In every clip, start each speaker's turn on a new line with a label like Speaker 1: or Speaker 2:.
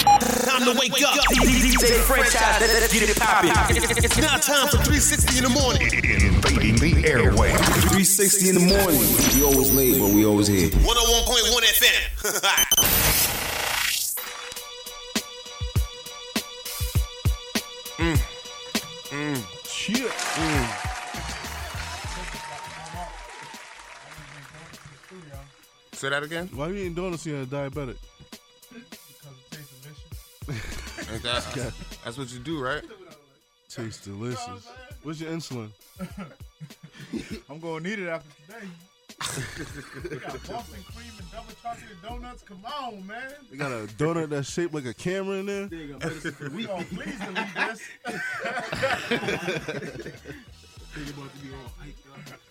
Speaker 1: time to wake up. DJ franchise, let's get it poppin'. It's now time for 360 in the morning.
Speaker 2: Invading the airway.
Speaker 3: 360 in the morning. We always late, but we always here.
Speaker 1: 101.1 FM.
Speaker 4: Mm.
Speaker 5: Say that again.
Speaker 4: Why you eating donuts here and diabetic?
Speaker 5: Ain't that- that's what you do, right?
Speaker 4: Tastes delicious. What's your insulin?
Speaker 6: I'm gonna need it after today. we got Boston cream and double chocolate donuts. Come on, man.
Speaker 4: They got a donut that's shaped like a camera in there.
Speaker 6: We gonna please delete this.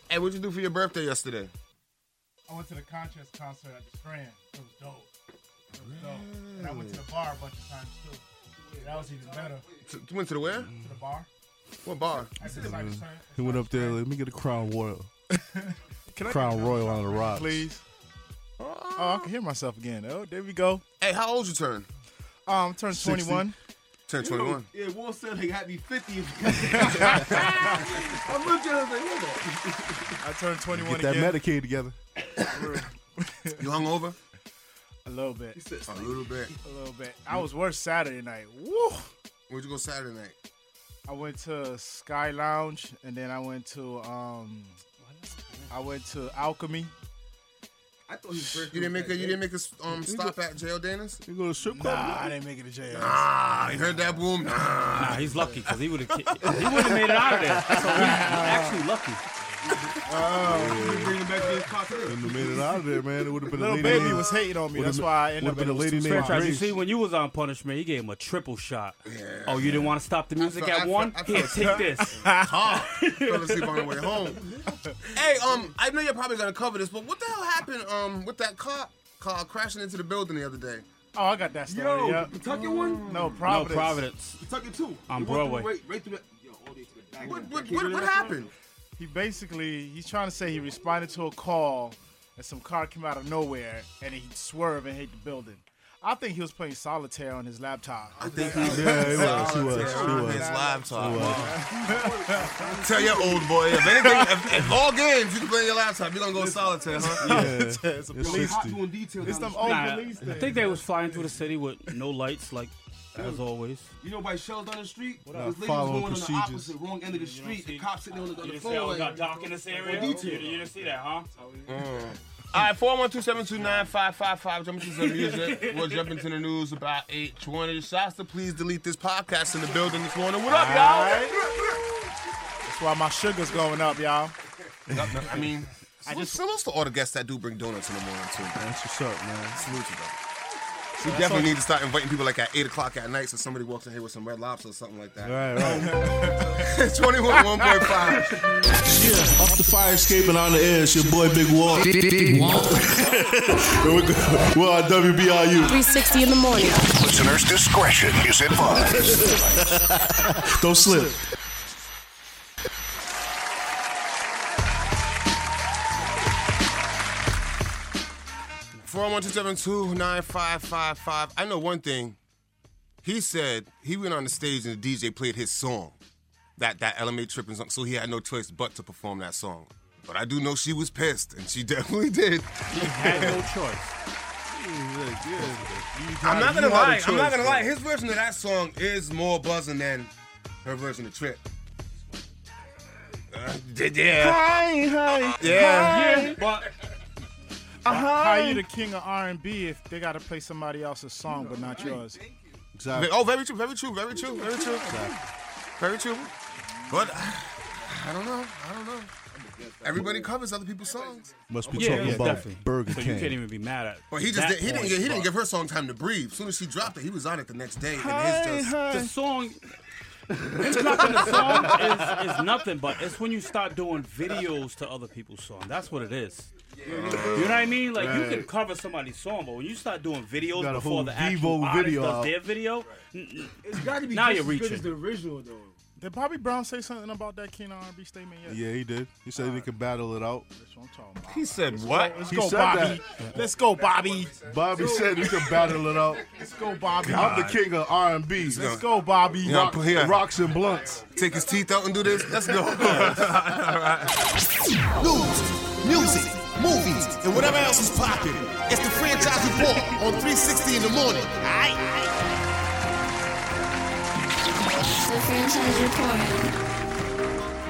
Speaker 5: Hey, what'd you do for your birthday yesterday?
Speaker 6: I went to the Conscious concert at the Strand. It was dope. It was dope. And I went to the bar a bunch of times too. That was even better.
Speaker 5: T- You went to the where?
Speaker 6: To the bar.
Speaker 5: What bar?
Speaker 6: I said it's like the same.
Speaker 4: He went up there. Let me get a Crown Royal. Crown Royal on the rocks.
Speaker 6: Oh, I can hear myself again. Oh, there we go.
Speaker 5: Hey, how old you turn?
Speaker 6: Um, turned
Speaker 4: 21.
Speaker 5: 10, 21.
Speaker 7: Yeah, Will said they got me 50. I'm looking at it.
Speaker 6: I turned 21
Speaker 4: Get that Medicaid together.
Speaker 5: You hung over?
Speaker 6: a little bit.
Speaker 5: A little bit.
Speaker 6: A little bit. I was worse Saturday night. Woo!
Speaker 5: Where'd you go Saturday night?
Speaker 6: I went to Sky Lounge and then I went to um I went to Alchemy.
Speaker 7: I thought his birthday.
Speaker 5: You didn't
Speaker 7: was
Speaker 5: make a you
Speaker 7: that
Speaker 5: didn't make a s- um stop at jail Dennis?
Speaker 4: You go to strip club.
Speaker 6: Nah, I didn't make it to jail.
Speaker 5: Ah, you heard that boom? Nah.
Speaker 8: Nah, he's lucky because he would have he would have made it out of there. So he's actually lucky.
Speaker 7: day. You bring him back to his cocktail.
Speaker 4: Wouldn't have made it out of there, man. It would have been a
Speaker 6: Little
Speaker 4: lady.
Speaker 6: baby
Speaker 4: named-
Speaker 6: was hating on me.
Speaker 4: Would've
Speaker 6: That's
Speaker 4: been-
Speaker 6: why I ended
Speaker 4: would've
Speaker 6: up
Speaker 4: been
Speaker 6: at
Speaker 4: a lady
Speaker 6: Luke's
Speaker 4: named
Speaker 6: spot.
Speaker 4: Grace.
Speaker 8: Franchise, you see, when you was on punishment, he gave him a triple shot. Oh, you didn't want to stop the music
Speaker 5: felt- I
Speaker 8: at
Speaker 5: felt-
Speaker 8: one?
Speaker 5: I
Speaker 8: Here, take this.
Speaker 5: Ah, fell asleep on the way home. Hey, um, I know you're probably gonna cover this, but what the hell happened um with that cop car crashing into the building the other day?
Speaker 6: Oh, I got that story.
Speaker 7: Yo,
Speaker 6: yeah.
Speaker 7: Kentucky one?
Speaker 6: No,
Speaker 8: No,
Speaker 6: Providence.
Speaker 8: Providence.
Speaker 7: Kentucky two.
Speaker 8: On
Speaker 7: He went through
Speaker 8: Broadway.
Speaker 7: Right, right through that. Yo, all the way to the back.
Speaker 5: What
Speaker 7: of
Speaker 5: what
Speaker 7: that.
Speaker 5: what, what happened?
Speaker 6: He basically he's trying to say he responded to a call and some car came out of nowhere and he swerved and hit the building. I think he was playing solitaire on his laptop.
Speaker 4: Yeah, he was. He was. He was.
Speaker 5: Tell your old boy if anything, if, if all games you can play on your laptop, you gonna go solitaire, huh?
Speaker 6: it's a
Speaker 7: Yo, they
Speaker 6: police.
Speaker 7: hot doing details.
Speaker 6: It's
Speaker 7: down
Speaker 6: them
Speaker 7: the
Speaker 6: old
Speaker 8: Nah,
Speaker 6: police
Speaker 8: I
Speaker 6: thing.
Speaker 8: think they was flying through the city with no lights, like as always.
Speaker 7: You know, by Shell down the street, this
Speaker 4: up?
Speaker 7: lady was
Speaker 4: Following
Speaker 7: going on the
Speaker 4: procedures.
Speaker 7: opposite, wrong end of the street. The cops sitting there on the, on the phone. Like,
Speaker 8: dock in this area?
Speaker 7: detail.
Speaker 8: didn't see that, huh?
Speaker 5: All right, 412 729 555. Jump into some music. We'll jump into the news about 820. Shasta, please delete this podcast in the building this morning. What up, y'all?
Speaker 6: That's why my sugar's going up, y'all.
Speaker 5: I mean, I just salutes to all the guests that do bring donuts in the morning, too. Man.
Speaker 4: That's what's up, man.
Speaker 5: Salute you, though. We definitely need to start inviting people like at 8 o'clock at night so somebody walks in here with some red lobster or something like that.
Speaker 4: Right, right.
Speaker 5: 21 1.5.
Speaker 4: Yeah, up the fire escape and on the air. It's your boy Big Wall. Big Wall. we're, go- we're on WBRU.
Speaker 9: 360 in the morning.
Speaker 2: Listener's discretion is advised.
Speaker 4: Don't slip.
Speaker 5: Four one two seven two nine five five five. I know one thing. He said he went on the stage and the DJ played his song, that that LMA tripping song. So he had no choice but to perform that song. But I do know she was pissed, and she definitely did.
Speaker 8: Had no choice.
Speaker 5: I'm not gonna
Speaker 4: you had a
Speaker 5: lie. I'm not
Speaker 4: choice,
Speaker 5: gonna lie. His version of that song is more buzzing than her version of Trip. Uh, yeah.
Speaker 4: Hi, hi.
Speaker 5: Yeah.
Speaker 8: Yeah, but
Speaker 6: How you the king of R and B if they gotta play somebody else's song but not yours?
Speaker 4: Exactly.
Speaker 5: Oh, very true. Very true. Very true. Very true. Very true. But I don't know. I don't know. Everybody covers other people's songs.
Speaker 4: Must be
Speaker 8: Yeah,
Speaker 4: talking
Speaker 8: yeah,
Speaker 4: about
Speaker 8: definitely.
Speaker 4: Burger
Speaker 8: so you
Speaker 4: King.
Speaker 8: can't even be mad at.
Speaker 5: But he just
Speaker 8: that
Speaker 5: did, he didn't
Speaker 8: point,
Speaker 5: get, he didn't
Speaker 8: but
Speaker 5: give her song time to breathe. As soon as she dropped it, he was on it the next day, and his just
Speaker 8: The song. It's nothing. The song is, is nothing, but it's when you start doing videos to other people's song. That's what it is. You know what I mean? Like you can cover somebody's song, but when you start doing videos
Speaker 4: Got a
Speaker 8: before
Speaker 4: whole
Speaker 8: the actual
Speaker 4: Devo
Speaker 8: artist
Speaker 4: video
Speaker 8: does
Speaker 4: out.
Speaker 8: their video, n- n-
Speaker 7: It's got to be
Speaker 8: Now
Speaker 7: just
Speaker 8: you're
Speaker 7: as good
Speaker 8: reaching.
Speaker 7: as the original, though.
Speaker 6: Did Bobby Brown say something about that King R&B statement yet?
Speaker 4: Yeah, he did. He said we can battle it out.
Speaker 6: That's what I'm talking about.
Speaker 5: He said what?
Speaker 6: Let's
Speaker 4: He
Speaker 6: go,
Speaker 4: said
Speaker 6: Bobby. Let's go, Bobby.
Speaker 4: Bobby said we can battle it out.
Speaker 6: Let's go, Bobby.
Speaker 4: I'm the king of R&B.
Speaker 6: Let's go, Bobby.
Speaker 5: Yeah, I'm here.
Speaker 4: Rocks and blunts.
Speaker 5: Take his teeth out and do this. Let's go.
Speaker 1: News, music, movies, and whatever else is popping. It's the franchise report on 360 in the morning.
Speaker 9: The franchise report.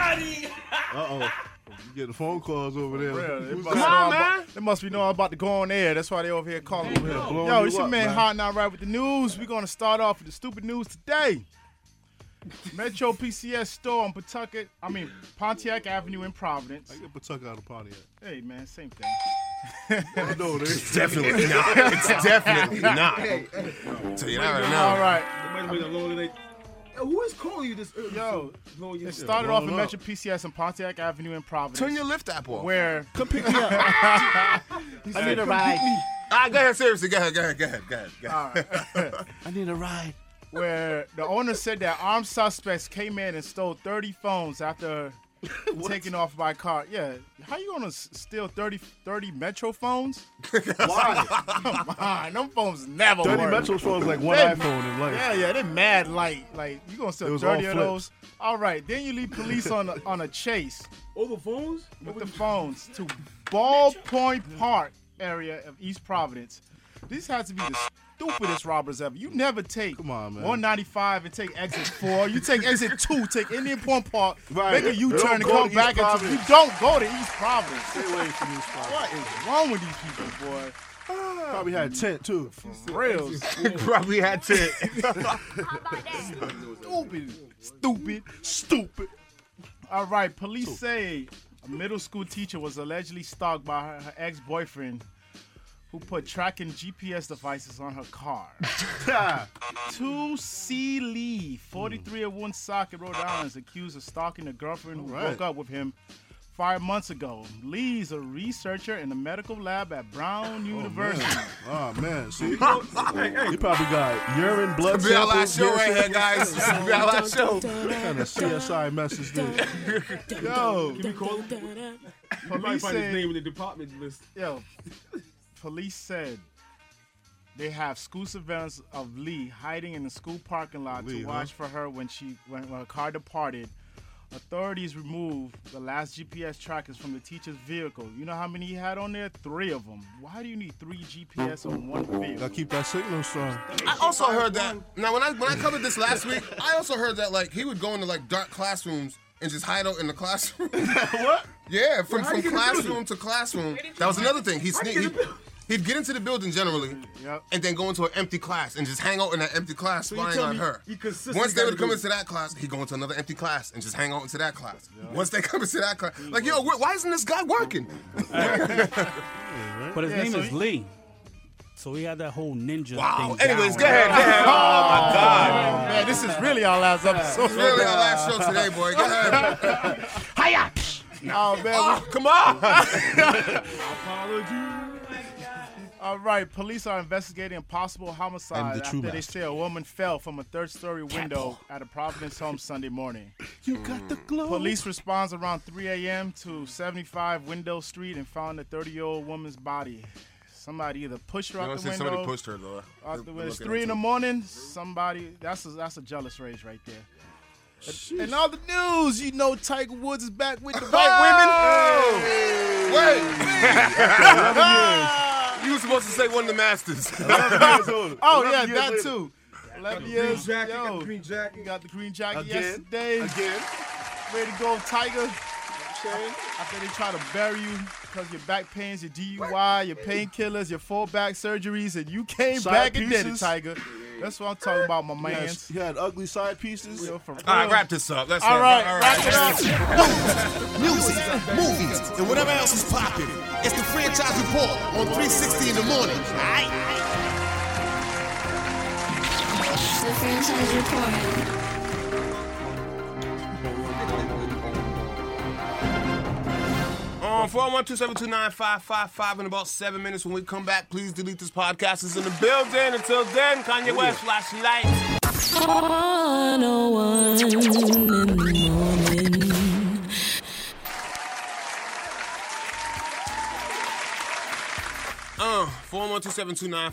Speaker 4: Uh-oh. You getting phone calls over there.
Speaker 6: Real, they
Speaker 4: Who's
Speaker 6: must
Speaker 4: that?
Speaker 6: know I'm about- They must be know I'm about to go on air. That's why they over here calling me.
Speaker 4: blowing
Speaker 6: Yo,
Speaker 4: you
Speaker 6: it's your
Speaker 4: up,
Speaker 6: man
Speaker 4: man.
Speaker 6: Hot Not Right with the news. We're gonna start off with the stupid news today. Metro PCS store on Pawtucket, I mean Pontiac Avenue in Providence.
Speaker 4: I get Pawtuck out of Pontiac.
Speaker 6: Hey man, same thing.
Speaker 4: I know they
Speaker 5: definitely not. It's definitely not. Tell you that right
Speaker 6: All
Speaker 5: now.
Speaker 6: right.
Speaker 7: Somebody wait alone today. Yo, Who is calling you this early?
Speaker 6: Yo,
Speaker 7: Blowing your
Speaker 6: it
Speaker 7: shit.
Speaker 6: started
Speaker 4: roll
Speaker 6: off
Speaker 4: it
Speaker 6: in
Speaker 4: up.
Speaker 6: Metro PCS on Pontiac Avenue in Providence.
Speaker 5: Turn your lift app off.
Speaker 6: where
Speaker 5: Come pick me up. All
Speaker 6: I need a ride.
Speaker 5: right, Ah, go ahead. Seriously, go ahead. Go ahead. Go ahead. Go ahead. Go ahead.
Speaker 6: Where the owner said that armed suspects came in and stole 30 phones after taking off by car. Yeah, how you gonna s- steal 30, 30 Metro phones?
Speaker 4: Why?
Speaker 6: Come on, them phones never
Speaker 4: 30
Speaker 6: work.
Speaker 4: Metro phones like one
Speaker 6: They-
Speaker 4: iPhone in life.
Speaker 6: Yeah, yeah, they mad light. Like you gonna
Speaker 4: It
Speaker 6: steal
Speaker 4: was all
Speaker 6: 30 of
Speaker 4: flips.
Speaker 6: those? All right, then you leave police on a, on a chase
Speaker 7: Over phones?
Speaker 6: with the phones to Ballpoint Park area of East Providence. This has to be the stupidest robbers ever. You never take
Speaker 4: Come on, man.
Speaker 6: 195 and take exit four. You take exit two, take Indian Point Park,
Speaker 4: Right.
Speaker 6: make a
Speaker 4: They
Speaker 6: U-turn
Speaker 4: don't
Speaker 6: and
Speaker 4: go
Speaker 6: come
Speaker 4: to East
Speaker 6: back. Into, you
Speaker 4: Providence.
Speaker 6: don't go to East Providence.
Speaker 4: Stay away from these spots.
Speaker 6: What is wrong with these people, boy?
Speaker 4: Probably had tent too.
Speaker 6: Rails.
Speaker 5: Probably had to.
Speaker 6: Stupid. Stupid. Stupid. All right, police say a middle school teacher was allegedly stalked by her, her ex boyfriend who put tracking GPS devices on her car.
Speaker 4: Ah,
Speaker 6: Two C Lee, 43 of Woonsock in Rhode Island, is accused of stalking a girlfriend who
Speaker 4: All right.
Speaker 6: broke up with him five months ago. Lee's a researcher in the medical lab at Brown University.
Speaker 4: Oh man, see, you probably got urine, blood
Speaker 5: Be our last
Speaker 4: samples.
Speaker 5: show
Speaker 4: hair
Speaker 5: right here, guys.
Speaker 4: samples.
Speaker 5: This will Be our last show.
Speaker 4: What kind of CSI message this?
Speaker 6: Yo,
Speaker 7: Can we call him? You might
Speaker 6: police
Speaker 7: find his
Speaker 6: say
Speaker 7: name in the department list.
Speaker 6: Yo, police said they have school surveillance of Lee hiding in the school parking lot
Speaker 4: Lee,
Speaker 6: to
Speaker 4: huh?
Speaker 6: watch for her when she when, when her car departed. Authorities removed the last GPS trackers from the teacher's vehicle. You know how many he had on there? Three of them. Why do you need three GPS on one vehicle?
Speaker 4: Gotta keep that signal strong.
Speaker 5: I also heard that.
Speaker 7: Um,
Speaker 5: Now, when I when I covered this last week, I also heard that like he would go into like dark classrooms and just hide out in the classroom.
Speaker 4: What?
Speaker 5: yeah, from,
Speaker 7: how
Speaker 5: from
Speaker 7: you get in the
Speaker 5: classroom
Speaker 7: building?
Speaker 5: to classroom. That was another thing. He'd sneak.
Speaker 7: you
Speaker 5: He'd,
Speaker 7: get in the building? Mm,
Speaker 5: he'd get into the building generally,
Speaker 6: Yep.
Speaker 5: and then go into an empty class and just hang out in that empty class,
Speaker 7: you
Speaker 5: spying
Speaker 7: tell
Speaker 5: on
Speaker 7: me
Speaker 5: her.
Speaker 7: he consistently
Speaker 5: Once they
Speaker 7: gotta
Speaker 5: would come
Speaker 7: do-
Speaker 5: into that class, he'd go into another empty class and just hang out into that class. Once they come into that class,
Speaker 7: Mm,
Speaker 5: like yo, wh- why isn't this guy working?
Speaker 8: But his
Speaker 6: Yeah,
Speaker 8: name
Speaker 6: so
Speaker 8: is
Speaker 6: he-
Speaker 8: Lee. So he had that whole ninja
Speaker 5: Wow.
Speaker 8: thing.
Speaker 5: Oh, Anyways,
Speaker 8: down.
Speaker 5: go ahead. Go ahead.
Speaker 6: Man, this is really our last episode.
Speaker 5: Really, our last show today, boy. Go ahead.
Speaker 6: Hiya! Oh man, we-
Speaker 5: Oh, come on.
Speaker 6: All right, police are investigating a possible homicide
Speaker 4: I'm the
Speaker 6: after
Speaker 4: true
Speaker 6: they
Speaker 4: master.
Speaker 6: say a woman fell from a third-story window at a Providence home Sunday morning.
Speaker 4: You got
Speaker 7: Mm.
Speaker 4: the glow.
Speaker 6: Police responds around 3 a.m. to 75 Window Street and found a 30-year-old woman's body. Somebody either pushed her
Speaker 5: I
Speaker 6: out
Speaker 5: don't
Speaker 6: the
Speaker 5: see somebody
Speaker 6: window.
Speaker 5: pushed her though.
Speaker 6: out the window. It's three in the morning. Somebody that's a, that's a jealous rage right there. And all the news, you know, Tiger Woods is back with the white women.
Speaker 5: Wait, you were supposed to say one of the masters.
Speaker 6: Oh yeah, that too. Eleven years.
Speaker 7: Green jacket,
Speaker 6: yo.
Speaker 7: got the green jacket.
Speaker 6: Got the green jacket
Speaker 4: Again.
Speaker 6: yesterday.
Speaker 4: Again.
Speaker 6: Ready to go, Tiger. After they try to bury you because your back pains, your DUI, your painkillers, your full back surgeries, and you came
Speaker 4: Side
Speaker 6: back and did it,
Speaker 4: pieces.
Speaker 6: Tiger. That's what I'm talking about, my
Speaker 4: He
Speaker 6: man.
Speaker 4: had, he had ugly side pieces.
Speaker 6: Yo, for real.
Speaker 5: All right, wrap this up. Let's
Speaker 6: All right,
Speaker 5: wrap it-
Speaker 6: wrap it up.
Speaker 1: Music, movies, and whatever else is popping. It's the franchise report on 360 in the morning.
Speaker 9: The franchise report.
Speaker 5: On Um, 412-729-5555 in about seven minutes. When we come back, please delete this podcast. It's in the building. Until then, Kanye West, flash your lights.
Speaker 10: 101 in the morning.
Speaker 5: Uh, 412-729-5555,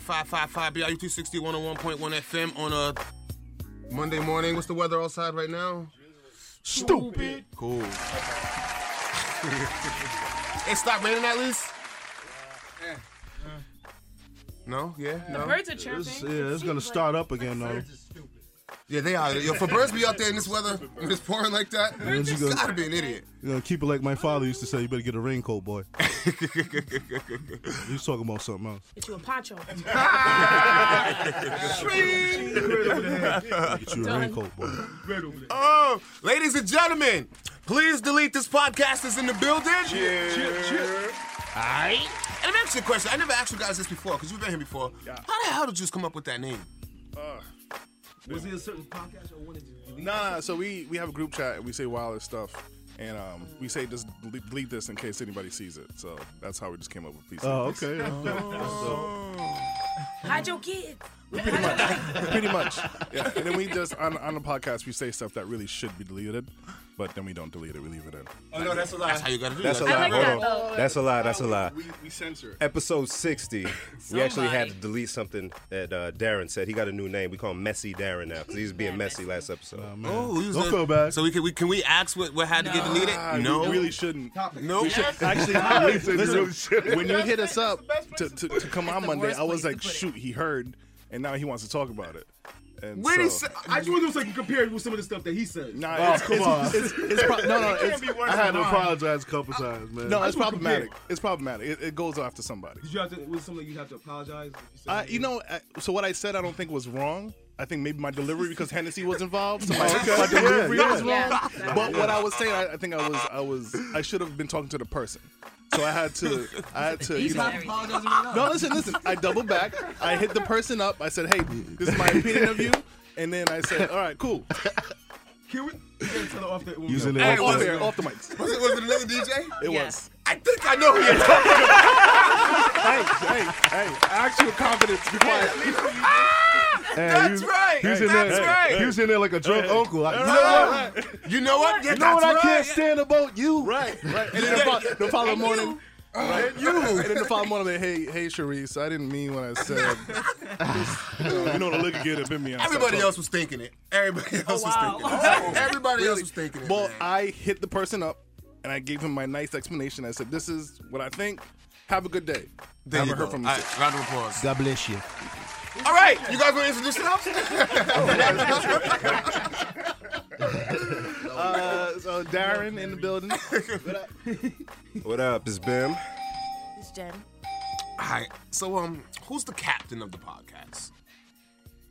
Speaker 5: BIU 260 101.1 FM on a Monday morning. What's the weather outside right now?
Speaker 11: Stupid.
Speaker 5: Cool. it stopped raining at least? No? Yeah? No?
Speaker 12: Birds are
Speaker 4: It's,
Speaker 12: chirping.
Speaker 4: yeah, it's gonna start up again though.
Speaker 5: Yeah, they are. Yo, for birds to be out there in this weather, when it's pouring like that,
Speaker 4: Man, you
Speaker 5: you
Speaker 4: go-
Speaker 5: gotta be an idiot.
Speaker 4: You know, keep it like my father used to say. You better get a raincoat, boy. He was talking about something else.
Speaker 12: Get you a poncho.
Speaker 4: Get you a
Speaker 12: Done.
Speaker 4: raincoat, boy.
Speaker 5: Oh, ladies and gentlemen, please delete this podcast. It's in the building. Yeah. Alright. And I'm asking you a question. I never asked you guys this before, because you've been here before. How the hell did you just come up with that name?
Speaker 7: Was it a certain podcast or wanted to delete?
Speaker 6: Nah, nah, so we we have a group chat and we say wildest stuff, and um, we say just delete, delete this in case anybody sees it. So that's how we just came up with PC.
Speaker 4: Oh, okay.
Speaker 12: Hide your kids.
Speaker 6: Pretty much. Yeah. And then we just on on the podcast we say stuff that really should be deleted, but then we don't delete it. We leave it in.
Speaker 5: Oh, no, that's a lie. That's how you gotta do
Speaker 13: That's a
Speaker 5: that.
Speaker 13: lie.
Speaker 12: like
Speaker 13: Hold
Speaker 12: that,
Speaker 13: on.
Speaker 12: though.
Speaker 13: That's a lie. That's a lie.
Speaker 6: we censor it.
Speaker 13: Episode 60, we actually had
Speaker 12: Somebody.
Speaker 13: to delete something that uh, Darren said. He got a new name. We call him Messy Darren now because he was being messy last episode.
Speaker 5: Oh, you was
Speaker 4: Don't
Speaker 5: in-
Speaker 4: feel bad.
Speaker 5: So we can we can we ask what, what had to get deleted? no.
Speaker 6: we really shouldn't.
Speaker 5: no.
Speaker 6: Actually, listen, listen, when you hit us up to, to, to come on Monday,
Speaker 12: worst
Speaker 6: I was
Speaker 12: place to
Speaker 6: like,
Speaker 12: put it.
Speaker 6: shoot, he heard, and now he wants to talk about it. And
Speaker 5: Wait a
Speaker 6: so-
Speaker 5: sec.
Speaker 7: I just want to so I can compare it with some of the stuff that he said.
Speaker 6: Nah,
Speaker 4: Oh,
Speaker 6: it's,
Speaker 4: come
Speaker 6: it's,
Speaker 4: on.
Speaker 6: It's, it's pro- no, no, it's,
Speaker 4: I had to apologize a couple times, man.
Speaker 6: no, it's
Speaker 7: wanna compare.
Speaker 6: problematic. It's problematic. It, it goes after somebody.
Speaker 7: Did you have to? Was something you have to apologize? if said
Speaker 6: Uh,
Speaker 7: something?
Speaker 6: you know, I, so what I said, I don't think was wrong. I think maybe my delivery because Hennessy was involved. So my, my delivery was wrong.
Speaker 12: Yeah.
Speaker 6: But what I was saying, I, I think I was, I was, I should have been talking to the person. So I had to, I had to, you know.
Speaker 12: Everything.
Speaker 6: No, listen, listen. I double back. I hit the person up. I said, "Hey, this is my opinion of you." And then I said, "All right, cool."
Speaker 7: Can we? You gotta tell her off the. when we
Speaker 4: Using
Speaker 7: go.
Speaker 4: it like
Speaker 6: Off
Speaker 4: that.
Speaker 6: air, off the mics.
Speaker 5: Was it, was it another DJ?
Speaker 6: It
Speaker 12: Yeah.
Speaker 6: was.
Speaker 5: I think I know who you're talking
Speaker 6: Hey, hey, hey! Actual confidence. Be quiet. Ah,
Speaker 4: Hey,
Speaker 5: That's right.
Speaker 4: He was in
Speaker 5: That's
Speaker 4: there,
Speaker 5: right.
Speaker 4: He was in there like a drunk uncle. Like, you know what?
Speaker 5: about. You know what? Yeah,
Speaker 4: You know what
Speaker 5: that's
Speaker 4: I can't
Speaker 5: right.
Speaker 4: stand about you?
Speaker 6: Right, right. And then the, fol- the following morning, right, you. And then the following morning, like, hey, hey, Sharice, I didn't mean what I said. Just, you,
Speaker 4: uh,
Speaker 6: know, you know the liquor get up in me.
Speaker 5: Everybody else was thinking it. Everybody else was thinking it. Everybody else was thinking it.
Speaker 6: Well,
Speaker 5: man.
Speaker 6: I hit the person up, and I gave him my nice explanation. I said, "This is what I think. Have a good day."
Speaker 5: There you
Speaker 6: Haven't
Speaker 5: go.
Speaker 6: heard from him
Speaker 5: All right, round of applause.
Speaker 14: God bless you.
Speaker 5: All right, you guys want to introduce yourselves?
Speaker 6: Uh, so Darren in the building.
Speaker 13: What up? It's Bim.
Speaker 12: It's Jen.
Speaker 5: All right. So, um, who's the captain of the podcast?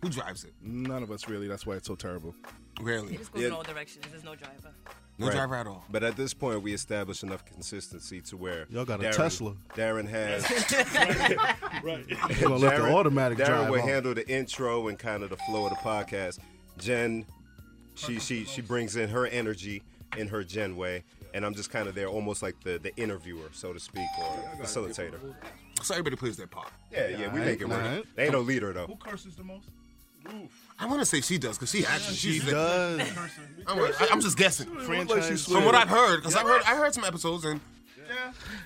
Speaker 5: Who drives it?
Speaker 6: None of us really. That's why it's so terrible.
Speaker 5: Really?
Speaker 12: Just goes
Speaker 13: Yeah.
Speaker 12: in all directions. There's no driver.
Speaker 5: No
Speaker 13: Right.
Speaker 5: driver at all.
Speaker 13: But at this point, we established enough consistency to where
Speaker 4: Y'all got a Tesla.
Speaker 13: Darren has
Speaker 4: You gonna let the automatic
Speaker 13: Darren
Speaker 4: drive
Speaker 13: will
Speaker 4: off.
Speaker 13: handle the intro and kind of the flow of the podcast. Jen, she she she brings in her energy in her Jen way, and I'm just kind of there, almost like the the interviewer, so to speak, or facilitator.
Speaker 5: So everybody plays their part.
Speaker 13: Yeah, yeah, we make it work.
Speaker 4: alright.
Speaker 13: They ain't no leader though.
Speaker 11: Who curses the most?
Speaker 5: I want to say she does because she actually
Speaker 4: She
Speaker 5: she's. the-
Speaker 4: does.
Speaker 5: I'm, I- I'm just guessing
Speaker 6: Franchise.
Speaker 5: from what I've heard because I've heard I heard some episodes and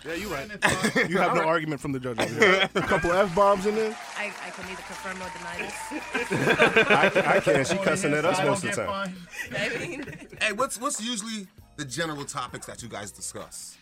Speaker 6: yeah, you're right. You have no argument from the judge. over here.
Speaker 4: A couple f bombs in there.
Speaker 12: I, I can neither confirm nor deny this.
Speaker 13: I, I can. She cussing at us most of the time.
Speaker 12: I mean,
Speaker 5: hey, what's what's usually the general topics that you guys discuss?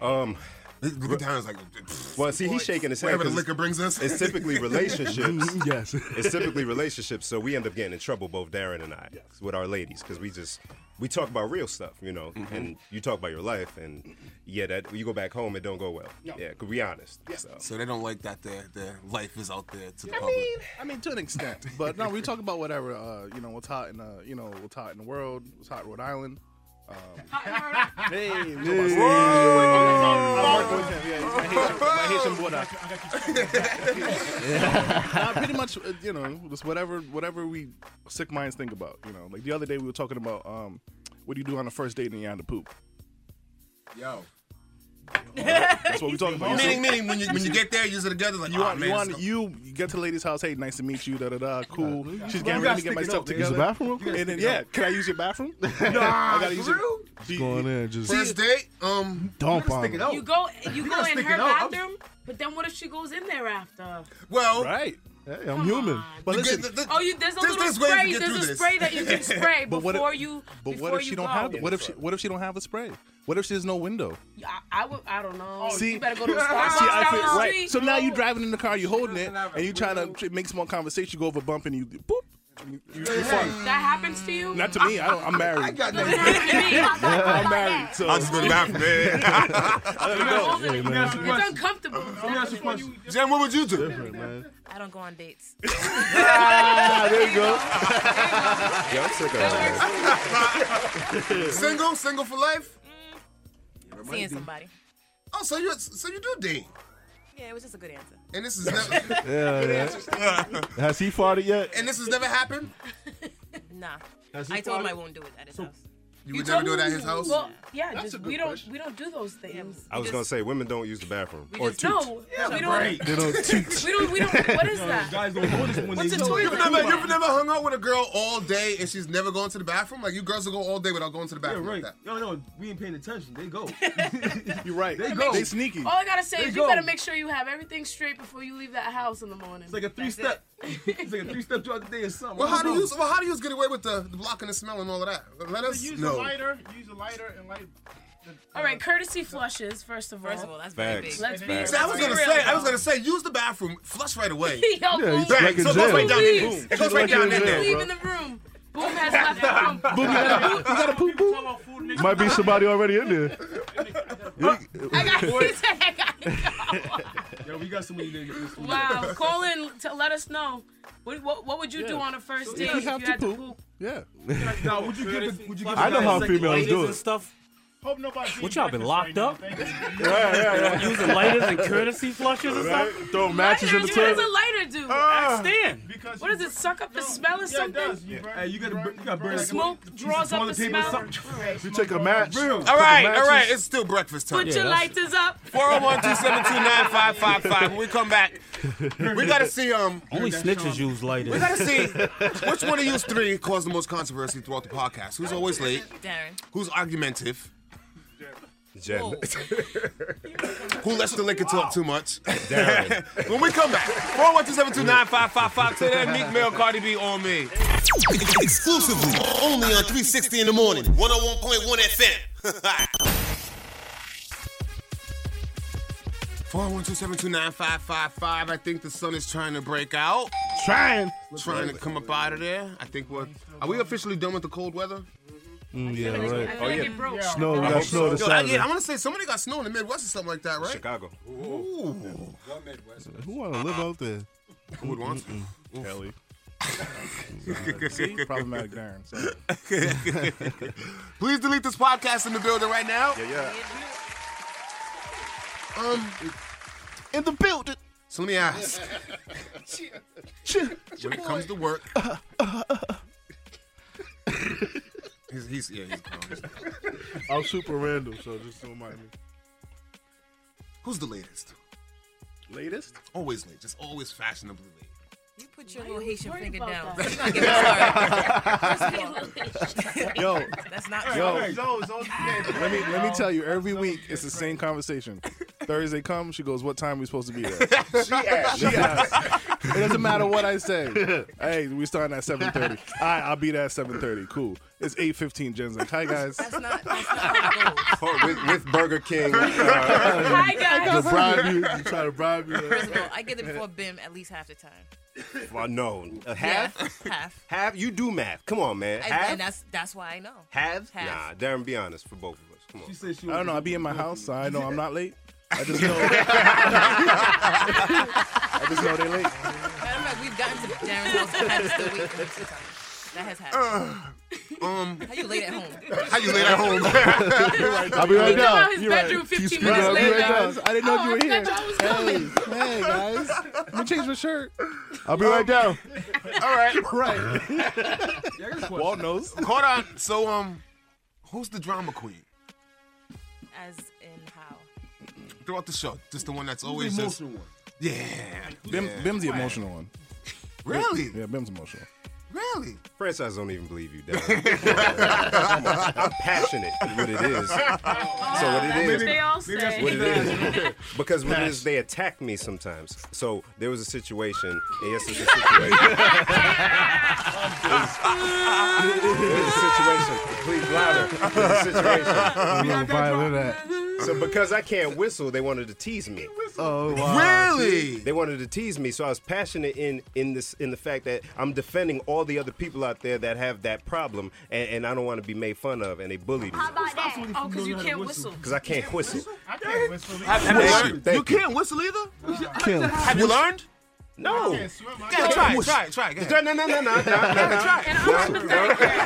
Speaker 13: Um,
Speaker 5: Look at Darren's like. pfft,
Speaker 13: well, see, he's shaking his head.
Speaker 5: Whatever the
Speaker 13: 'cause
Speaker 5: liquor brings us.
Speaker 13: It's typically relationships.
Speaker 4: Mm, Yes.
Speaker 13: it's typically relationships, so we end up getting in trouble, both Darren and I, with our ladies, because we just we talk about real stuff, you know, and you talk about your life, and yeah, that you go back home, it don't go well. Yeah, cause we honest. So.
Speaker 5: So they don't like that their their life is out there to the public.
Speaker 6: I mean, to an extent, but no, we talk about whatever. Uh, you know, what's hot in uh, you know, what's hot in the world, what's hot in Rhode Island. Um, hey, I'm working with him. Yeah, he's my Haitian, my Haitian brother. Nah, pretty much, uh, you know, just whatever, whatever we sick minds think about. You know, like the other day we were talking about um, what do you do on the first date and you on the poop.
Speaker 7: Yo.
Speaker 6: That's what we talking about.
Speaker 5: Meaning, meaning, when you when you get there, you're together like
Speaker 6: You
Speaker 5: "Aw,
Speaker 6: want,
Speaker 5: man,
Speaker 6: you,
Speaker 5: so-
Speaker 6: want you, you get to the lady's house. Hey, nice to meet you. Da da da. Cool.
Speaker 5: Well,
Speaker 6: She's getting
Speaker 5: you gotta
Speaker 6: ready to get
Speaker 5: stick
Speaker 6: my
Speaker 5: it
Speaker 6: stuff
Speaker 5: out, man.
Speaker 6: together.
Speaker 5: Use the bathroom real quick?
Speaker 6: And
Speaker 5: Stick
Speaker 6: then
Speaker 5: it
Speaker 6: yeah,
Speaker 5: out.
Speaker 6: can I use your bathroom? nah,
Speaker 5: Nah, for real?
Speaker 4: What's going in? Just
Speaker 5: First date, um,
Speaker 4: Dump
Speaker 5: you gotta
Speaker 4: on
Speaker 5: stick
Speaker 4: him.
Speaker 5: it out.
Speaker 10: You go, you
Speaker 5: You
Speaker 10: go
Speaker 5: gotta
Speaker 10: in
Speaker 5: stick
Speaker 10: her
Speaker 5: it out. I'm-
Speaker 10: bathroom, but then what if she goes in there after?
Speaker 5: Well,
Speaker 6: right.
Speaker 4: Hey, I'm human.
Speaker 6: But listen,
Speaker 10: oh, you there's a
Speaker 6: there's- there's ways
Speaker 10: little
Speaker 6: to
Speaker 10: spray.
Speaker 6: get
Speaker 10: There's
Speaker 6: through
Speaker 10: a
Speaker 6: this.
Speaker 10: spray that you can spray
Speaker 6: But what if-
Speaker 10: before you.
Speaker 6: But
Speaker 10: before
Speaker 6: what if
Speaker 10: you
Speaker 6: she don't
Speaker 10: go.
Speaker 6: have? the- What if she? What if she don't have a spray? What if she has no window?
Speaker 10: I, I would. I don't know.
Speaker 6: See,
Speaker 10: Oh, you better go to the
Speaker 6: See,
Speaker 10: Starbucks
Speaker 6: I
Speaker 10: down
Speaker 6: feel-
Speaker 10: the
Speaker 6: right.
Speaker 10: street.
Speaker 6: So now you're driving in the car, you're holding it, and you trying to tr- make small conversation. You go over a bump and you boop. You, you, you fine.
Speaker 10: That happens to
Speaker 15: Mm-hmm.
Speaker 10: you?
Speaker 6: Not to me. I don't, I'm married. I got
Speaker 10: Doesn't happen to me.
Speaker 6: I'm married. So
Speaker 5: I'll just go to the bathroom, man.
Speaker 10: It's uncomfortable.
Speaker 5: Jen, what would you do?
Speaker 16: I don't go on dates.
Speaker 5: there you go.
Speaker 13: Yeah, I'm sick of her.
Speaker 5: single, single for life.
Speaker 16: Seeing somebody.
Speaker 5: Oh, so you so you do date,
Speaker 16: Yeah, it was just a good answer.
Speaker 5: and this is never
Speaker 4: Yeah, yeah. Has he farted yet?
Speaker 5: and this has never happened.
Speaker 16: Nah.
Speaker 4: That's
Speaker 16: I
Speaker 4: his
Speaker 16: told him
Speaker 4: body?
Speaker 16: I won't do it at his house.
Speaker 5: You would never do it at his house.
Speaker 10: Well, yeah, just we don't we don't do those things.
Speaker 13: I was gonna say women don't use the bathroom
Speaker 10: We
Speaker 13: or
Speaker 10: just-
Speaker 13: toot.
Speaker 10: No, we don't.
Speaker 13: They don't toot.
Speaker 10: We don't. We don't. What is that?
Speaker 5: Guys don't notice when
Speaker 10: What's
Speaker 5: they
Speaker 10: a toilet?
Speaker 5: You've never, you've never hung out with a girl all day and she's never going to the bathroom. Like you girls will go all day without going to the bathroom.
Speaker 7: Yeah, right.
Speaker 5: Like that.
Speaker 7: No, no, we ain't paying attention. They go.
Speaker 6: You're right.
Speaker 7: They
Speaker 5: That
Speaker 7: go.
Speaker 5: makes- They
Speaker 6: sneaky.
Speaker 15: Oh,
Speaker 10: All I gotta say
Speaker 7: There
Speaker 10: is
Speaker 7: you
Speaker 10: you
Speaker 7: go.
Speaker 10: gotta make sure you have everything straight before you leave that house in the morning. It's
Speaker 7: like a three step. It's like a three step throughout the day or something.
Speaker 5: Well,
Speaker 7: I
Speaker 5: how do
Speaker 7: don't
Speaker 5: you?
Speaker 7: know.
Speaker 5: Well, how do you get away with the, the block and the smell and all of that? Let us
Speaker 15: Use a
Speaker 5: know.
Speaker 15: lighter. Use a lighter and light.
Speaker 10: All right, courtesy flushes first of all.
Speaker 16: First of all, that's
Speaker 5: very
Speaker 10: big.
Speaker 5: Facts.
Speaker 10: Let's be.
Speaker 5: See, I was
Speaker 10: let's be
Speaker 5: gonna
Speaker 10: real
Speaker 5: say, I was
Speaker 10: now.
Speaker 5: gonna say, use the bathroom, flush right away.
Speaker 10: Yo, Yeah, boom.
Speaker 5: Bang.
Speaker 4: like in
Speaker 5: so it goes right down
Speaker 4: jail.
Speaker 5: there.
Speaker 4: Boom.
Speaker 5: It goes right
Speaker 4: Like in
Speaker 5: down
Speaker 4: jail,
Speaker 5: there.
Speaker 10: Leave in the room. Boom has left the room.
Speaker 4: Boom, you gotta, you gotta poop, poop. Might be somebody already in there.
Speaker 10: I got. He said I got.
Speaker 7: Yo, we got somebody there. This week.
Speaker 10: Wow. Call in to let us know. What, what, what would you do
Speaker 7: Yeah.
Speaker 10: on a first
Speaker 7: So
Speaker 10: date
Speaker 7: you
Speaker 10: if you
Speaker 7: have to
Speaker 10: had to poop?
Speaker 6: Yeah.
Speaker 7: Now, would you give? The, would you give?
Speaker 4: I know how females do
Speaker 8: and
Speaker 4: it.
Speaker 8: stuff.
Speaker 15: Hope nobody.
Speaker 8: What y'all been locked up?
Speaker 4: Yeah, yeah, yeah.
Speaker 8: Using lighters and courtesy flushes and
Speaker 4: Right?
Speaker 8: stuff.
Speaker 4: Throw matches in the
Speaker 10: What does
Speaker 4: toilet.
Speaker 10: a lighter do?
Speaker 4: Ah.
Speaker 8: Stand.
Speaker 10: What does it suck up the smell or something?
Speaker 7: Hey, you gotta, bur- you gotta burn
Speaker 10: Smoke draws up the smell.
Speaker 4: You take a match.
Speaker 7: Real.
Speaker 5: All right,
Speaker 4: Matches.
Speaker 5: all right. It's still breakfast time.
Speaker 10: Put your lighters up.
Speaker 5: 401 272 9555. When we come back, we got to see um
Speaker 8: Only snitches use lighters.
Speaker 5: We gotta see which one of you three caused the most controversy throughout the podcast. Who's always late?
Speaker 16: Darren.
Speaker 5: Who's argumentative?
Speaker 13: Jen.
Speaker 5: Who lets the liquor talk too much? when we come back, 401 272 9555. Today, Meek Mill, Cardi B on me. Exclusively only on 360 in the morning, 101.1 FM. 401-272-9555. I think the sun is trying to break out.
Speaker 4: Trying.
Speaker 5: Trying to come up out of there. I think we're. Are we officially done with the cold weather?
Speaker 4: Mm, yeah, right.
Speaker 10: Oh, yeah. broke.
Speaker 4: Snow, we
Speaker 5: I
Speaker 4: got
Speaker 5: hope
Speaker 4: snow
Speaker 5: so.
Speaker 4: this
Speaker 5: Yo, I, yeah, I
Speaker 4: Saturday.
Speaker 5: want to say somebody got snow in the Midwest or something like that, right?
Speaker 13: Chicago.
Speaker 5: Ooh.
Speaker 4: Who want to live out there?
Speaker 5: Who would want to?
Speaker 6: Kelly. Problematic Darren. sorry.
Speaker 5: Please delete this podcast in the building right now.
Speaker 6: Yeah,
Speaker 5: Um, in the building. So let me ask. when it comes to work, he's, he's yeah he's gone.
Speaker 4: i I'm super random, so just don't mind me.
Speaker 5: Who's the latest?
Speaker 6: Latest?
Speaker 5: Always late, just always fashionably late.
Speaker 16: You put your little Haitian
Speaker 10: worried
Speaker 16: finger down.
Speaker 10: about that?
Speaker 16: You're not getting started.
Speaker 6: Yo.
Speaker 16: That's not
Speaker 6: Yo.
Speaker 16: true.
Speaker 6: Let me let me tell you. Every week it's the same conversation. Thursday comes, she goes, "What time we supposed to be there?"
Speaker 5: She asked.
Speaker 6: She asked. It doesn't matter what I say. Hey, we starting at seven thirty. All right, I'll be there at seven thirty. Cool. It's eight fifteen. Jen's like, "Hi guys."
Speaker 16: That's not, that's not how it goes.
Speaker 13: Oh, with, with Burger King.
Speaker 10: Hi
Speaker 4: To
Speaker 10: guys.
Speaker 4: bribe you, you try to bribe you.
Speaker 16: First of all, I get it before BIM at least half the time.
Speaker 13: Well, no, a half,
Speaker 16: Yeah, half.
Speaker 13: half. You do math. Come on, man.
Speaker 16: I,
Speaker 13: half,
Speaker 16: and that's that's why I know.
Speaker 13: half.
Speaker 16: half.
Speaker 13: Nah, Darren, be honest for both of us. Come on.
Speaker 7: She said she
Speaker 6: I don't know. I be in my house, so I know I'm not late. I just know. I just know they late.
Speaker 16: Matter of fact, we've gotten to Darren's house for half the week. and she's like, That has happened.
Speaker 5: Um,
Speaker 16: How you late at home?
Speaker 5: how you late at home?
Speaker 4: I'll be right
Speaker 10: He come out
Speaker 4: down.
Speaker 10: his
Speaker 6: You're right.
Speaker 10: bedroom
Speaker 4: Keep
Speaker 10: 15
Speaker 4: speaking.
Speaker 10: minutes
Speaker 4: I'll be
Speaker 10: later.
Speaker 4: right
Speaker 6: Guys,
Speaker 4: down.
Speaker 6: I didn't know
Speaker 10: Oh,
Speaker 6: you were
Speaker 10: I
Speaker 6: here.
Speaker 10: thought y'all was
Speaker 6: Hey, hey, guys. Let me change my shirt.
Speaker 4: I'll be right down.
Speaker 5: all right,
Speaker 6: Right. Wall knows.
Speaker 5: hold on. So um, who's the drama queen?
Speaker 16: As in how?
Speaker 5: throughout the show. Just the one that's
Speaker 7: Who's the
Speaker 5: always just-
Speaker 7: emotional one?
Speaker 5: Yeah,
Speaker 17: Bim,
Speaker 5: yeah.
Speaker 17: Bim's the emotional one.
Speaker 5: Really?
Speaker 17: Yeah, Bim's emotional.
Speaker 5: Really?
Speaker 13: Franchise don't even believe you, Dad. I'm, I'm passionate what it is. So what it
Speaker 10: That's
Speaker 13: is,
Speaker 10: what they all Maybe that's
Speaker 13: what it is,
Speaker 10: say.
Speaker 13: because what it is, they attack me sometimes. So there was a situation. Yes, it's a situation. There's a situation. Please louder. There's a situation.
Speaker 17: We got that Violin drop.
Speaker 13: So because I can't whistle, they wanted to tease me.
Speaker 18: Oh,
Speaker 5: wow. Really?
Speaker 13: They wanted to tease me, so I was passionate in in this in the fact that I'm defending all the other people out there that have that problem, and, and I don't want to be made fun of, and they bullied me
Speaker 10: about that? Oh, because you can't whistle.
Speaker 13: because I can't whistle.
Speaker 6: I can't whistle.
Speaker 13: Have- have you
Speaker 6: Thank
Speaker 13: learned? You can't
Speaker 18: whistle either?
Speaker 13: Can't
Speaker 18: Have you
Speaker 13: whistle.
Speaker 18: learned?
Speaker 13: No.
Speaker 6: I can't swim. I
Speaker 18: Yeah,
Speaker 6: can't
Speaker 18: try,
Speaker 6: whistle.
Speaker 18: try, try. Go
Speaker 13: No, no, no, no, no, no, no.
Speaker 7: Hey,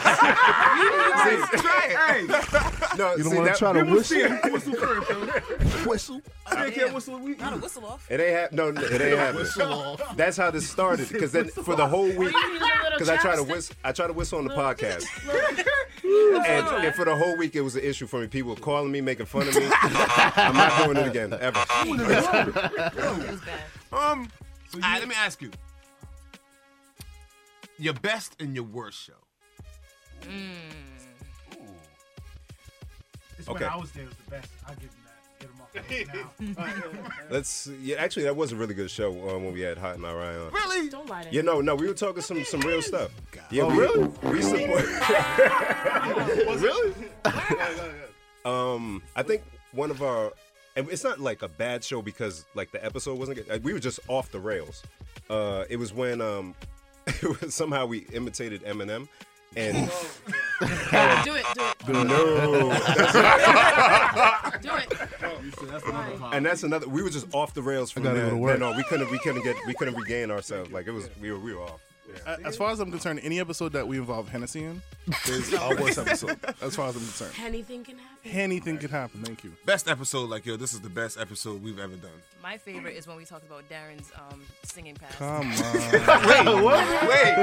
Speaker 13: No,
Speaker 17: You don't
Speaker 13: see,
Speaker 17: want to
Speaker 13: that-
Speaker 17: try to
Speaker 13: People
Speaker 17: whistle.
Speaker 13: see
Speaker 7: whistle first, though. Whistle. I think that whistle. We, Not a whistle off.
Speaker 13: It ain't hap- no, no, it ain't
Speaker 7: Whistle
Speaker 13: happening.
Speaker 7: off.
Speaker 13: That's how this started. Because then for the whole week,
Speaker 7: You use a little
Speaker 13: because I try to
Speaker 7: chapstick.
Speaker 13: whistle, I try to whistle on the podcast, and,
Speaker 7: and,
Speaker 13: and for the whole week it was an issue for me. People were calling me, making fun of me. I'm not doing it again ever.
Speaker 5: Um, all right, let me ask you. Your best and your worst show.
Speaker 6: It's
Speaker 13: Okay.
Speaker 6: when I was there was the best. I'll give him that. Get him off now.
Speaker 13: Let's. Yeah, actually, that was a really good show uh, when we had Hot and Ryan on.
Speaker 6: really? Don't lie
Speaker 13: Yeah, no, no, we were talking some some real stuff. Yeah,
Speaker 18: Oh,
Speaker 13: we,
Speaker 18: really?
Speaker 13: We support.
Speaker 18: really?
Speaker 13: Um, I think one of our, and it's not like a bad show because like the episode wasn't good. Like, we were just off the rails. Uh, it was when um, it was somehow we imitated Eminem, and
Speaker 10: Do it, do it.
Speaker 13: no,
Speaker 10: Do it.
Speaker 5: Oh,
Speaker 13: and that's another. We were just off the rails from
Speaker 17: gotta
Speaker 13: there.
Speaker 17: go to work.
Speaker 13: No, we couldn't. We couldn't get. We couldn't regain ourselves. Like it was. We were. We were off.
Speaker 17: A- As far as I'm concerned, any episode that we involve Hennessy in is our worst episode. As far as I'm concerned,
Speaker 10: Anything can happen.
Speaker 17: anything could happen. Thank you.
Speaker 5: Best episode, like yo, this is the best episode we've ever done.
Speaker 19: My favorite is when we talked about Darren's um, singing past.
Speaker 17: Come on.
Speaker 5: Wait, what? Wait,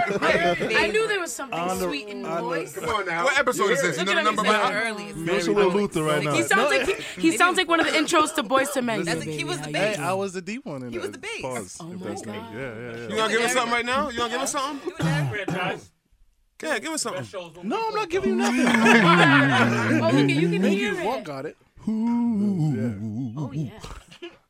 Speaker 10: wait. I knew there was something
Speaker 17: On the-
Speaker 10: sweet in
Speaker 17: on
Speaker 10: the
Speaker 17: the-
Speaker 10: voice.
Speaker 17: Come on
Speaker 5: What episode is this?
Speaker 10: Look
Speaker 5: Another
Speaker 10: at him,
Speaker 5: number
Speaker 10: he's
Speaker 5: by
Speaker 10: like
Speaker 5: early.
Speaker 17: It's a little Luther right now.
Speaker 10: He sounds like he, he sounds like one of the intros to Boys to Men.
Speaker 17: Listen,
Speaker 10: he was the
Speaker 17: Hey, I was the deep one in He was the bass. Pause.
Speaker 10: Oh
Speaker 17: if
Speaker 10: my
Speaker 17: that's needed. Yeah, yeah, yeah.
Speaker 5: You gonna give us something right now? You gonna give us something?
Speaker 8: Franchise.
Speaker 5: Yeah, give us something.
Speaker 17: No, I'm not giving you nothing.
Speaker 5: Oh,
Speaker 10: look, you can
Speaker 17: Maybe
Speaker 10: hear it.
Speaker 17: Walt got it.
Speaker 10: Oh yeah.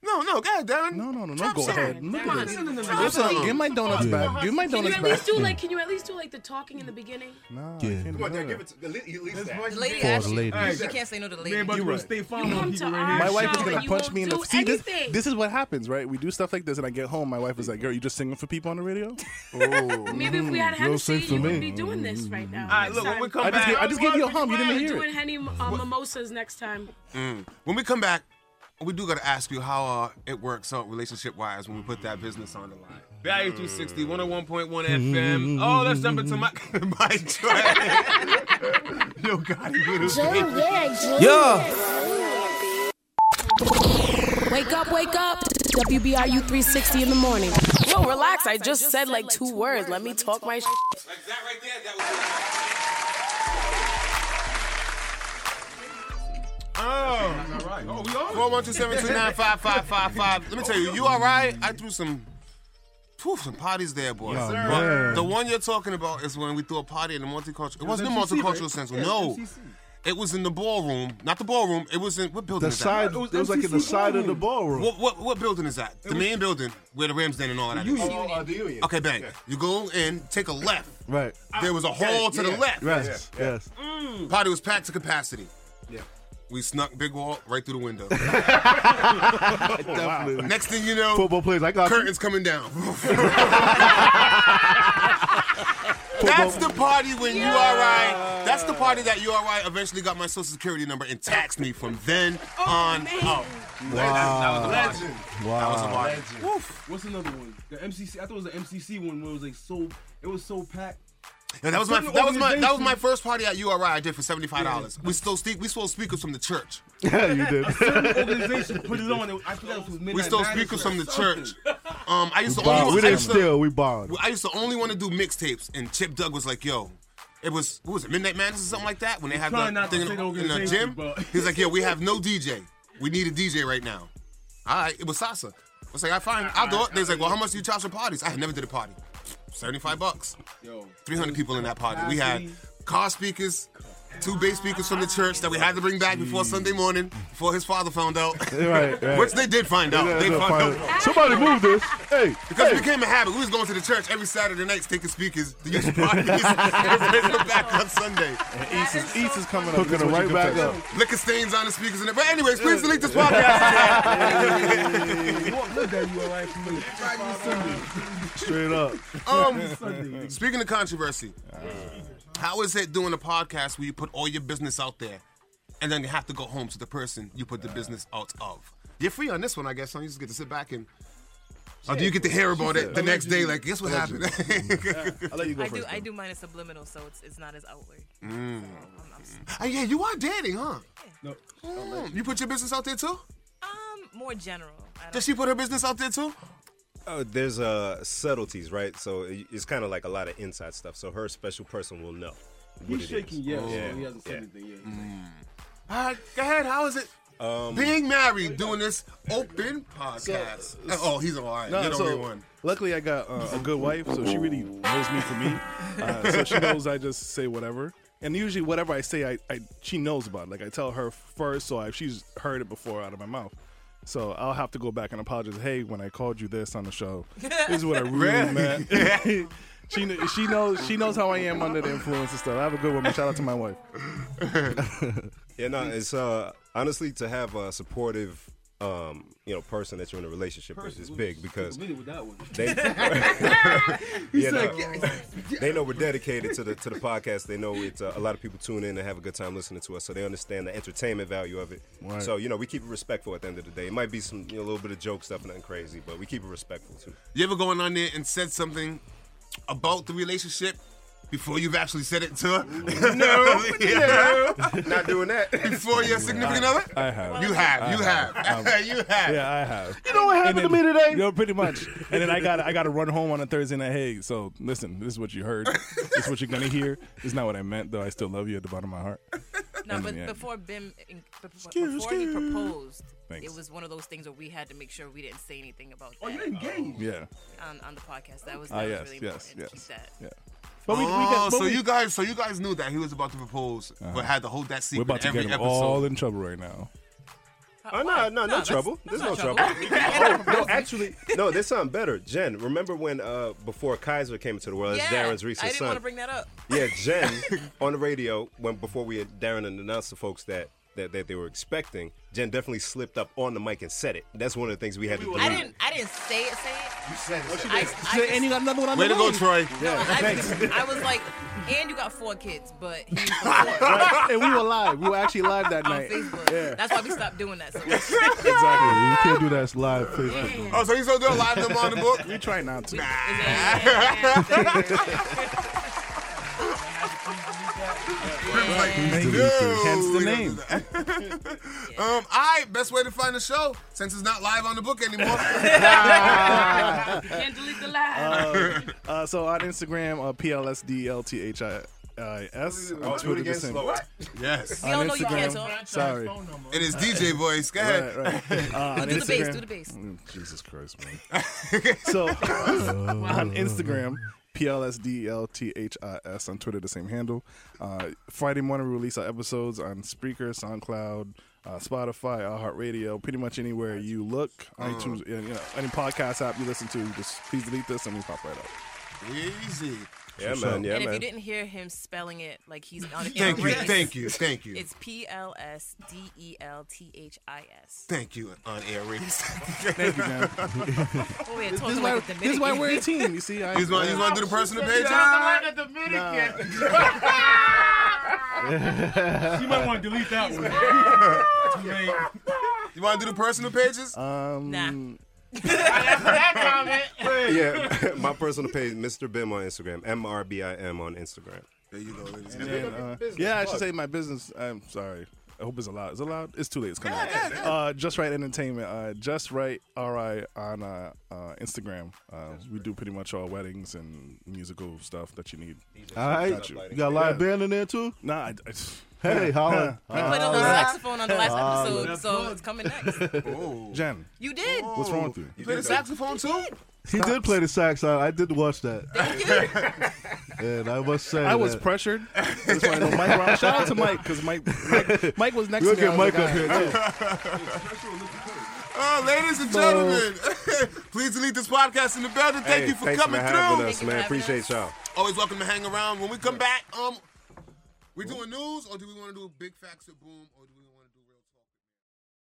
Speaker 5: No, no, God, Darren.
Speaker 17: No, no, no, no. Go ahead. Look
Speaker 10: Come
Speaker 17: at
Speaker 10: on.
Speaker 17: this.
Speaker 10: No, no, no, no,
Speaker 17: Give some-
Speaker 10: please.
Speaker 17: Give my donuts back. Give my
Speaker 10: Can you
Speaker 17: donuts
Speaker 10: at least
Speaker 17: back. Mm-hmm.
Speaker 10: do like? Can you at least do like the talking in the beginning?
Speaker 17: Nah, I
Speaker 18: Yeah.
Speaker 17: can't do
Speaker 13: Come on, Dad,
Speaker 17: that.
Speaker 13: give it to, at least, at least that.
Speaker 19: The lady
Speaker 17: For the
Speaker 19: asked you.
Speaker 17: lady.
Speaker 19: You can't say no to the lady.
Speaker 7: about to
Speaker 17: You
Speaker 7: go
Speaker 17: right.
Speaker 7: stay
Speaker 10: You
Speaker 7: farm on
Speaker 10: come
Speaker 7: people
Speaker 10: to
Speaker 7: right here.
Speaker 17: My wife
Speaker 10: show
Speaker 17: is gonna
Speaker 10: and you
Speaker 17: punch
Speaker 10: won't
Speaker 17: me in the
Speaker 10: do
Speaker 17: see. This,
Speaker 10: anything.
Speaker 17: this is what happens, right? We do stuff like this, and I get home. My wife is like, "Girl, you just singing for people on the radio." Oh,
Speaker 10: Maybe if we had Hennessy, you wouldn't be doing this right now.
Speaker 5: right,
Speaker 10: Next
Speaker 5: look, when
Speaker 10: time.
Speaker 5: we come
Speaker 17: I just
Speaker 5: back-
Speaker 17: gave, I just gave you a hum. You didn't
Speaker 10: We're
Speaker 17: hear
Speaker 10: doing
Speaker 17: it.
Speaker 10: Henny uh, mimosas next time.
Speaker 5: Mm. When we come back, we do gotta ask you how uh, it works out relationship wise when we put that business on the line. Value 360, 101.1
Speaker 10: Mm-hmm,
Speaker 5: FM. Oh, let's jump into my my track. Yo, God, you do this.
Speaker 10: Wake up, wake up. WBRU 360 in the morning. Yo, relax. I just said like two words. Let me talk my shit.
Speaker 5: Oh,
Speaker 7: Oh, we on?
Speaker 5: Four one two seven two nine five five five five. Let me tell you, you all right? I threw some, whew, some parties there, boy.
Speaker 7: Yes, sir.
Speaker 5: But
Speaker 7: Man.
Speaker 5: the one you're talking about is when we threw a party in the multicultural. It,
Speaker 7: It was
Speaker 5: wasn't the
Speaker 7: MCC,
Speaker 5: multicultural
Speaker 7: right?
Speaker 5: center.
Speaker 7: Yeah,
Speaker 5: no,
Speaker 7: MCC.
Speaker 5: it was in the ballroom. Not the ballroom. It was in what building?
Speaker 4: The
Speaker 5: is that?
Speaker 4: side. It was, like in the side of the ballroom.
Speaker 5: What, what what building is that? The main building where the Rams Den and all that. is. Okay, bang. You go in, take a left.
Speaker 4: Right.
Speaker 5: There was a hall to the left.
Speaker 4: Yes. Yes.
Speaker 5: Party was packed to capacity. Yeah. We snuck big wall right through the window.
Speaker 4: Definitely.
Speaker 5: Next thing you know,
Speaker 4: Football players. I got
Speaker 5: curtains coming down. That's the party when you all right. That's the party that you all right eventually got my social security number and taxed me from then
Speaker 4: Oh,
Speaker 5: on out.
Speaker 4: Wow.
Speaker 5: That was a
Speaker 7: Legend.
Speaker 4: Wow.
Speaker 5: That was a lot.
Speaker 7: Legend. What's another one? The MCC. I thought it was the MCC one where it was like so. It was so packed.
Speaker 5: Yeah, that was my
Speaker 7: Certain
Speaker 5: that was my that was my
Speaker 7: organizations-
Speaker 5: first party at URI. I did for seventy five dollars. We still speak. We stole speakers from the church.
Speaker 4: Yeah, you did.
Speaker 7: Certain organization put it on. It, I forgot it was midnight.
Speaker 5: We stole
Speaker 7: Madness
Speaker 5: speakers
Speaker 7: or
Speaker 5: from the
Speaker 7: something.
Speaker 5: church. Um, I used
Speaker 4: We
Speaker 5: to only
Speaker 4: borrowed. We
Speaker 5: I
Speaker 4: didn't
Speaker 5: used to-
Speaker 4: steal. We borrowed.
Speaker 5: I used to only want to do mixtapes, and Chip Doug was like, "Yo, it was what was it Midnight Madness or something like that when they had
Speaker 7: trying
Speaker 5: the
Speaker 7: not to
Speaker 5: thing
Speaker 7: say
Speaker 5: in,
Speaker 7: the
Speaker 5: in the
Speaker 7: organization,
Speaker 5: gym."
Speaker 7: but-
Speaker 5: He's like, "Yo, we have no DJ. We need a DJ right now." All right, it was Sasa. I was like, I fine, I'll do it. They was like, well, how much do you charge for parties? I had never did a party. 75 bucks.
Speaker 7: Yo.
Speaker 5: 300 people in that party. We had car speakers, two bass speakers from the church that we had to bring back before Sunday morning, before his father found out.
Speaker 4: Right, right.
Speaker 5: Which they did find out.
Speaker 4: Yeah,
Speaker 5: they
Speaker 4: no,
Speaker 5: found
Speaker 4: fine.
Speaker 5: out.
Speaker 4: Somebody move this. Hey.
Speaker 5: Because
Speaker 4: hey.
Speaker 5: it became a habit. We was going to the church every Saturday nights, taking speakers to use the parties, and bringing them back on Sunday. And East is, coming
Speaker 4: up. Hooking That's them what you right back confess.
Speaker 5: Liquor stains on the speakers. And it. But anyways, please delete this podcast.
Speaker 4: Straight up.
Speaker 5: Um, speaking of controversy, how is it doing a podcast where you put all your business out there and then you have to go home to the person you put the business out of? You're free on this one, I guess. So you just get to sit back and. Or do you get to hear about it the next day? Like, guess what happened?
Speaker 10: I do. I do mine is subliminal, so it's it's not as outward. Um,
Speaker 5: Mm. Oh, yeah, you are dating, huh?
Speaker 7: No.
Speaker 5: Mm. You put your business out there too?
Speaker 10: Um, more general. I
Speaker 5: Does she put her business out there too?
Speaker 13: Uh, there's uh, subtleties, right? So it- it's kind of like a lot of inside stuff. So her special person will know. what
Speaker 7: He's
Speaker 13: it is.
Speaker 7: shaking yes, so he hasn't said anything yet.
Speaker 5: All right, go ahead. How is it?
Speaker 13: Um,
Speaker 5: Being married, doing this open podcast. oh, he's all right.
Speaker 6: Nah,
Speaker 5: You're the
Speaker 6: so
Speaker 5: only one.
Speaker 6: Luckily, I got uh, a good wife, so she really knows me for me. Uh, so she knows I just say whatever. And usually, whatever I say, I, I she knows about. It. Like I tell her first, so I, she's heard it before out of my mouth. So I'll have to go back and apologize. Hey, when I called you this on the show, this is what I really
Speaker 4: Really?
Speaker 6: meant. she kn- she knows she knows how I am under the influence and stuff. I have a good woman. Shout out to my wife.
Speaker 13: Yeah, no, it's uh honestly to have a supportive um you know person that you're in a relationship with is big because
Speaker 7: Leave it with that one.
Speaker 13: they
Speaker 7: He
Speaker 13: you
Speaker 7: said,
Speaker 13: know,
Speaker 7: "Yeah,
Speaker 13: they know we're dedicated to the to the podcast. They know it's uh, a lot of people tune in and have a good time listening to us, so they understand the entertainment value of it.
Speaker 4: Right.
Speaker 13: So you know we keep it respectful at the end of the day. It might be some you know, a little bit of joke stuff, nothing crazy, but we keep it respectful too.
Speaker 5: You ever going on there and said something about the relationship before you've actually said it to her?
Speaker 13: No,
Speaker 5: Yeah.
Speaker 13: not doing that.
Speaker 5: Before your significant
Speaker 6: I-
Speaker 5: other?
Speaker 6: I have.
Speaker 5: You have.
Speaker 6: I
Speaker 5: you have. Um,
Speaker 6: have. I'm-
Speaker 5: you have.
Speaker 6: Uh, Yeah, I have.
Speaker 5: You know what happened
Speaker 6: And
Speaker 5: to me today?
Speaker 6: You know, pretty much. And then I got I got to run home on a Thursday night. Hey, so listen, this is what you heard. this is what you're gonna hear. It's not what I meant, though. I still love you at the bottom of my heart.
Speaker 10: No,
Speaker 6: And
Speaker 10: but
Speaker 6: yeah.
Speaker 10: before Bim, in- before
Speaker 6: Excuse-
Speaker 10: before he
Speaker 6: excuse.
Speaker 10: proposed,
Speaker 6: Thanks.
Speaker 10: it was one of those things where we had to make sure we didn't say anything about that.
Speaker 7: Oh, you're engaged.
Speaker 6: Yeah.
Speaker 10: On, on the podcast, that was, that
Speaker 6: Ah,
Speaker 10: was
Speaker 6: yes,
Speaker 10: really
Speaker 6: yes,
Speaker 10: important. to
Speaker 6: yes,
Speaker 10: Keep that.
Speaker 6: yeah.
Speaker 5: oh,
Speaker 6: but
Speaker 5: so
Speaker 6: we-
Speaker 5: you guys, so you guys knew that he was about to propose, but had Uh-huh. to hold that
Speaker 6: We're
Speaker 5: secret
Speaker 6: about to
Speaker 5: every
Speaker 6: get them
Speaker 5: episode.
Speaker 6: all in trouble right now.
Speaker 13: Oh no, no, no,
Speaker 5: that's-
Speaker 13: trouble.
Speaker 5: that's
Speaker 13: There's no
Speaker 5: not
Speaker 13: trouble.
Speaker 5: trouble.
Speaker 13: oh, no, actually, no. There's something better. Jen, remember when uh before Kaiser came into the world, as
Speaker 10: Yeah,
Speaker 13: Darren's recent
Speaker 10: I didn't
Speaker 13: son.
Speaker 10: want to bring that up.
Speaker 13: Yeah, Jen on the radio when before we had Darren and announced to folks that, that that they were expecting, Jen definitely slipped up on the mic and said it. That's one of the things we had to
Speaker 10: I
Speaker 13: delete.
Speaker 5: um,
Speaker 10: didn't. I didn't say it. Say it.
Speaker 13: You said
Speaker 10: it. I- I just-
Speaker 13: and you got another one on
Speaker 5: Way
Speaker 13: the
Speaker 5: to go,
Speaker 13: way.
Speaker 5: Troy.
Speaker 13: Yeah,
Speaker 10: I,
Speaker 13: thanks.
Speaker 10: was- I was like, and you got four kids, but he was
Speaker 6: Right? And we were live. We were actually live that
Speaker 10: on
Speaker 6: night.
Speaker 10: Facebook.
Speaker 6: Yeah.
Speaker 10: That's why we stopped doing that. So much.
Speaker 6: Exactly. You can't do that live Facebook.
Speaker 5: Oh, so you still do a live them on the book?
Speaker 6: We try not to. Hence the name.
Speaker 5: um, all right, best way to find the show since it's not live on the book anymore.
Speaker 10: Can't delete the live.
Speaker 6: Uh, uh, so on Instagram, uh, PLSDLTHIS.
Speaker 5: Oh,
Speaker 6: On
Speaker 5: do it
Speaker 6: Twitter,
Speaker 5: again
Speaker 6: the same.
Speaker 5: slow. What? Yes.
Speaker 6: On
Speaker 5: We all know you can't
Speaker 6: Instagram-
Speaker 5: talk.
Speaker 6: Sorry.
Speaker 5: It is DJ voice. Go ahead.
Speaker 6: Right, right. Uh, on
Speaker 5: Do the bass,
Speaker 6: Instagram-
Speaker 5: do the bass.
Speaker 6: Mm, Jesus Christ, man. so on Instagram, E PLSDLTHIS. On Twitter, the same handle. Uh, Friday morning, we release our episodes on Spreaker, SoundCloud, uh, Spotify, iHeartRadio, pretty much anywhere you look.
Speaker 5: Mm.
Speaker 6: iTunes, you know, any podcast app you listen to, just please delete this and we pop right up.
Speaker 5: Easy.
Speaker 13: Yeah,
Speaker 6: For
Speaker 13: man.
Speaker 6: sure.
Speaker 13: Yeah,
Speaker 10: and if you
Speaker 13: man.
Speaker 10: didn't hear him spelling it like he's on in a
Speaker 5: Thank you,
Speaker 10: race,
Speaker 5: thank you, thank you.
Speaker 10: It's P L S D E L T H I S.
Speaker 5: Thank you, on air ratings.
Speaker 6: Thank you, man.
Speaker 10: Oh, yeah,
Speaker 6: This
Speaker 10: talking
Speaker 6: is
Speaker 10: like
Speaker 6: why-
Speaker 10: a
Speaker 6: this is why we're a
Speaker 10: Dominican.
Speaker 6: team. You see, I.
Speaker 5: You just wanna- you just wanna do the personal page?
Speaker 20: Sounds like a Dominican.
Speaker 5: you might want to delete that one. you want to do the personal pages?
Speaker 13: Uh,
Speaker 6: Um,
Speaker 5: nah.
Speaker 13: yeah, my personal page, Mr. Bim on Instagram, M R B I M on Instagram.
Speaker 5: There you go. Ladies
Speaker 6: And then, uh, yeah, I should say my business. I'm sorry. I hope it's allowed. Is it allowed? It's too late. It's coming out. Uh, Just Right Entertainment. Uh, Just Right RI on uh, uh, Instagram. Uh, we do pretty much all weddings and musical stuff that you need.
Speaker 4: All right.
Speaker 6: Got
Speaker 4: You got a live
Speaker 6: Yeah.
Speaker 4: band in there too?
Speaker 6: Nah, I, uh, I,
Speaker 4: Hey, Holland.
Speaker 10: He put a little saxophone on the last
Speaker 6: uh,
Speaker 10: episode, so it's coming next.
Speaker 4: Jen.
Speaker 10: You did.
Speaker 4: What's wrong with you?
Speaker 5: You played a saxophone too?
Speaker 4: He did play the sax. I, I did watch that. and I must say,
Speaker 21: I was
Speaker 4: that-
Speaker 21: pressured. That's why I know Mike Brown. Shout out to Mike because Mike, Mike Mike was next
Speaker 4: We'll
Speaker 21: to me.
Speaker 4: get
Speaker 21: I was
Speaker 4: Mike up here,
Speaker 21: "All right."
Speaker 5: Oh, ladies and gentlemen, please delete this podcast in the bedroom. Thank
Speaker 13: Hey,
Speaker 5: you for
Speaker 13: thanks
Speaker 5: coming
Speaker 13: for
Speaker 5: through.
Speaker 13: having us, man. Appreciate y'all.
Speaker 5: Always welcome to hang around. When we come back, um, we doing news or do we want to do big facts or boom or do we want?